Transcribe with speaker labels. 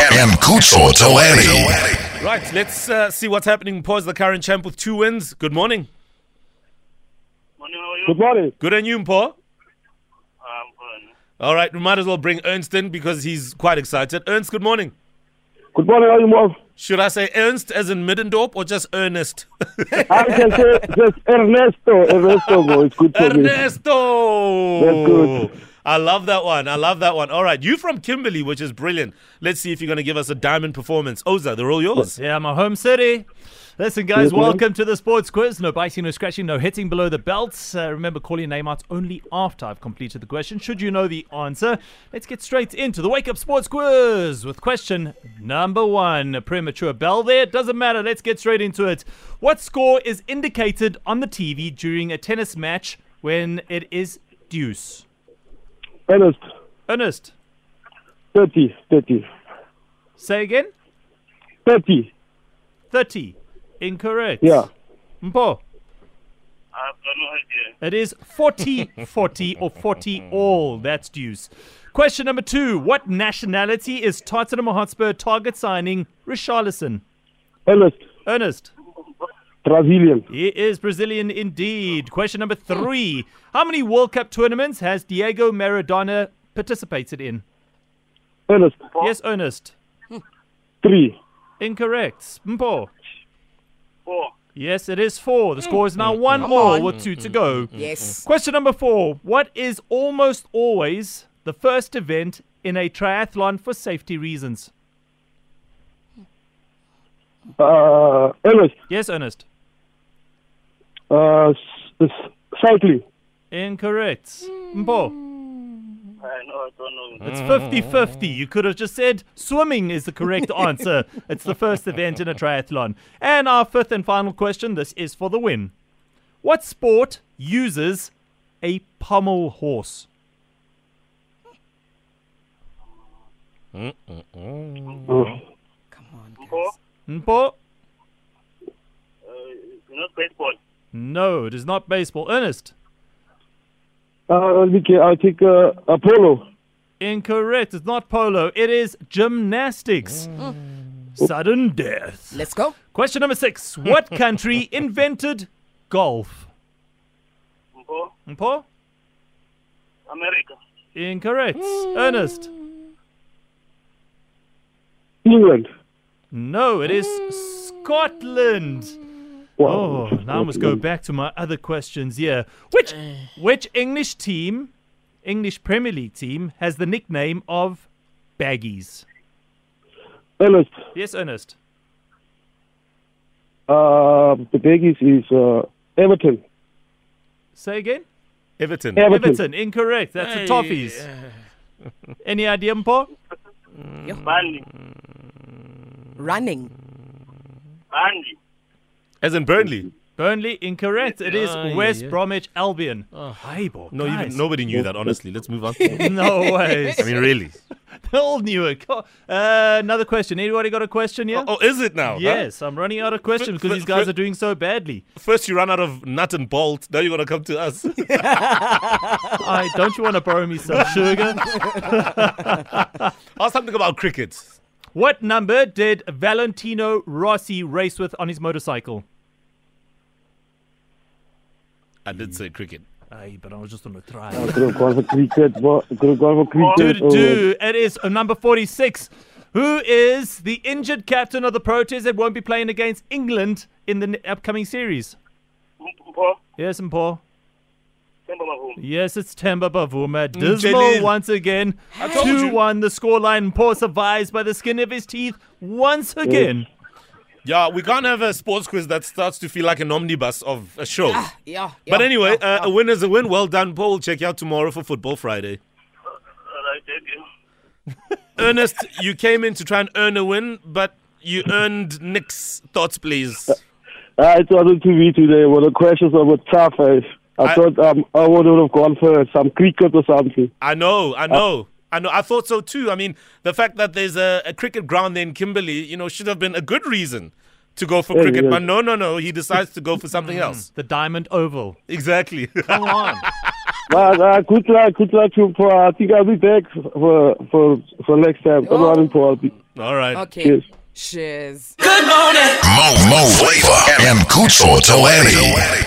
Speaker 1: Kucho Tawari.
Speaker 2: Right, let's uh, see what's happening. Pause the current champ with two wins. Good morning.
Speaker 3: Morning, how are you?
Speaker 4: Good morning.
Speaker 2: Good on you, Mpo.
Speaker 3: I'm good.
Speaker 2: All right, we might as well bring Ernst in because he's quite excited. Ernst, good morning.
Speaker 4: Good morning, how you move?
Speaker 2: Should I say Ernst as in Middendorp or just Ernest?
Speaker 4: I can say just Ernesto. Ernesto, bro. It's good for me.
Speaker 2: Ernesto!
Speaker 4: That's good.
Speaker 2: I love that one. I love that one. All right, you from Kimberley, which is brilliant. Let's see if you're going to give us a diamond performance. Oza, they're all yours.
Speaker 5: Yeah, my home city. Listen, guys,
Speaker 4: Yes, ma'am.
Speaker 5: welcome to the sports quiz. No biting, no scratching, no hitting below the belt. Uh, remember, call your name out only after I've completed the question. Should you know the answer, let's get straight into the Wake Up Sports Quiz with question number one. A premature bell there. Doesn't matter. Let's get straight into it. What score is indicated on the TV during a tennis match when it is deuce?
Speaker 4: Ernest,
Speaker 5: Ernest,
Speaker 4: 30, 30,
Speaker 5: say again.
Speaker 4: 30.
Speaker 5: 30. Incorrect.
Speaker 4: Yeah.
Speaker 5: Mpo.
Speaker 3: I've got no idea.
Speaker 5: It is 40 40 or 40 all. That's deuce. Question number two What nationality is Tottenham Hotspur target signing Richarlison?
Speaker 4: Ernest,
Speaker 5: Ernest.
Speaker 4: Brazilian.
Speaker 5: He is Brazilian indeed. Question number three How many World Cup tournaments has Diego Maradona participated in?
Speaker 4: Ernest,
Speaker 5: Yes, Ernest.
Speaker 4: 3.
Speaker 5: Incorrect. Mpo.
Speaker 3: Four.
Speaker 5: Yes, it is four. The score is now one all with two to go.
Speaker 6: Yes.
Speaker 5: Question number four. What is almost always the first event in a triathlon for safety reasons?
Speaker 4: Uh, Ernest,
Speaker 5: Yes, Ernest.
Speaker 4: uh, s- s- cycling.
Speaker 5: Incorrect. Mpo.
Speaker 3: I know, I don't know.
Speaker 5: It's 50 50. You could have just said swimming is the correct answer. It's the first event in a triathlon. And our fifth and final question this is for the win. What sport uses a pommel horse?
Speaker 4: Uh,
Speaker 6: Come on.
Speaker 3: Four.
Speaker 5: Mpo.
Speaker 3: Uh, you know, baseball.
Speaker 5: No, it is not baseball. Ernest.
Speaker 4: Uh, Vicky, I think uh, Apollo.
Speaker 5: Incorrect. It's not polo. It is gymnastics. Sudden death.
Speaker 6: Let's go.
Speaker 5: Question number six. What country invented golf?
Speaker 3: Four.
Speaker 5: Mpo?
Speaker 3: America.
Speaker 5: Incorrect. Ernest?
Speaker 4: England.
Speaker 5: No, it is Scotland.
Speaker 4: Wow.
Speaker 5: Oh, now I must go back to my other questions here. Which which English team, English Premier League team, has the nickname of Baggies?
Speaker 4: Ernest,
Speaker 5: Yes, Ernest.
Speaker 4: uh, the biggest is uh, Everton.
Speaker 5: Say again.
Speaker 2: Everton.
Speaker 4: Everton.
Speaker 5: Everton. Incorrect. That's the Toffees. Any idea, Mpo?
Speaker 3: Bandy.
Speaker 6: Running.
Speaker 3: Bandy.
Speaker 2: As in Burnley.
Speaker 5: Burnley, incorrect. It is
Speaker 2: Ah, yeah,
Speaker 5: West
Speaker 2: yeah. Oh.
Speaker 5: Bromwich Albion. Hey, boy,
Speaker 2: No,
Speaker 5: guys.
Speaker 2: even nobody knew that, honestly. Let's move on.
Speaker 5: No ways.
Speaker 2: I mean, really.
Speaker 5: All Newark. Oh, Uh, another question. Anybody got a question here?
Speaker 2: Oh, is it now? huh?
Speaker 5: yes, I'm running out of questions because
Speaker 2: Fr-
Speaker 5: these guys
Speaker 2: fr-
Speaker 5: are doing so badly.
Speaker 2: First, you ran out of nut and bolt. Now you're going to come to us.
Speaker 5: I don't you want to borrow me some sugar?
Speaker 2: Ask something about cricket.
Speaker 5: What number did Valentino Rossi race with on his motorcycle?
Speaker 2: I did say cricket.
Speaker 5: Hey, but I was just on the try.
Speaker 4: I could have gone for cricket. bro. I could have gone
Speaker 5: do,
Speaker 4: for
Speaker 5: do,
Speaker 4: cricket.
Speaker 5: do. It is uh, number 46. Who is the injured captain of the Proteas that won't be playing against England in the n- upcoming series?
Speaker 3: Four.
Speaker 5: Yes, and Paul.
Speaker 3: Remember my home.
Speaker 5: Yes, it's Temba Bavuma. Dismal
Speaker 2: Jalil.
Speaker 5: once again. 2 1 the scoreline. Paul survives by the skin of his teeth once again.
Speaker 2: Yeah, we can't have a sports quiz that starts to feel like an omnibus of a show.
Speaker 6: Yeah.
Speaker 2: but
Speaker 6: Ah, yeah,
Speaker 2: anyway,
Speaker 6: yeah,
Speaker 2: uh, a win is a win. Well done, Paul. Check you out tomorrow for Football Friday.
Speaker 3: All right, thank you.
Speaker 2: Ernest, you came in to try and earn a win, but you earned Nick's thoughts, please.
Speaker 4: Uh, it wasn't to me today. Well, the questions were tough. eh. I,
Speaker 2: I-
Speaker 4: thought um, I would have gone for some cricket or something.
Speaker 2: I know, I know. I know. I thought so too. I mean, the fact that there's a, a cricket ground there in Kimberley, you know, should have been a good reason to go for
Speaker 4: Yeah,
Speaker 2: cricket.
Speaker 4: yeah.
Speaker 2: But no, no, no. He decides to go for something else.
Speaker 5: The Diamond Oval.
Speaker 2: Exactly.
Speaker 5: Come on.
Speaker 4: But uh, good luck, good luck to Paul. I think I'll be back for for for next time. Come on, Paul.
Speaker 2: All right.
Speaker 6: Okay. Cheers.
Speaker 1: Mo Mo Flavor and Kutso Toani.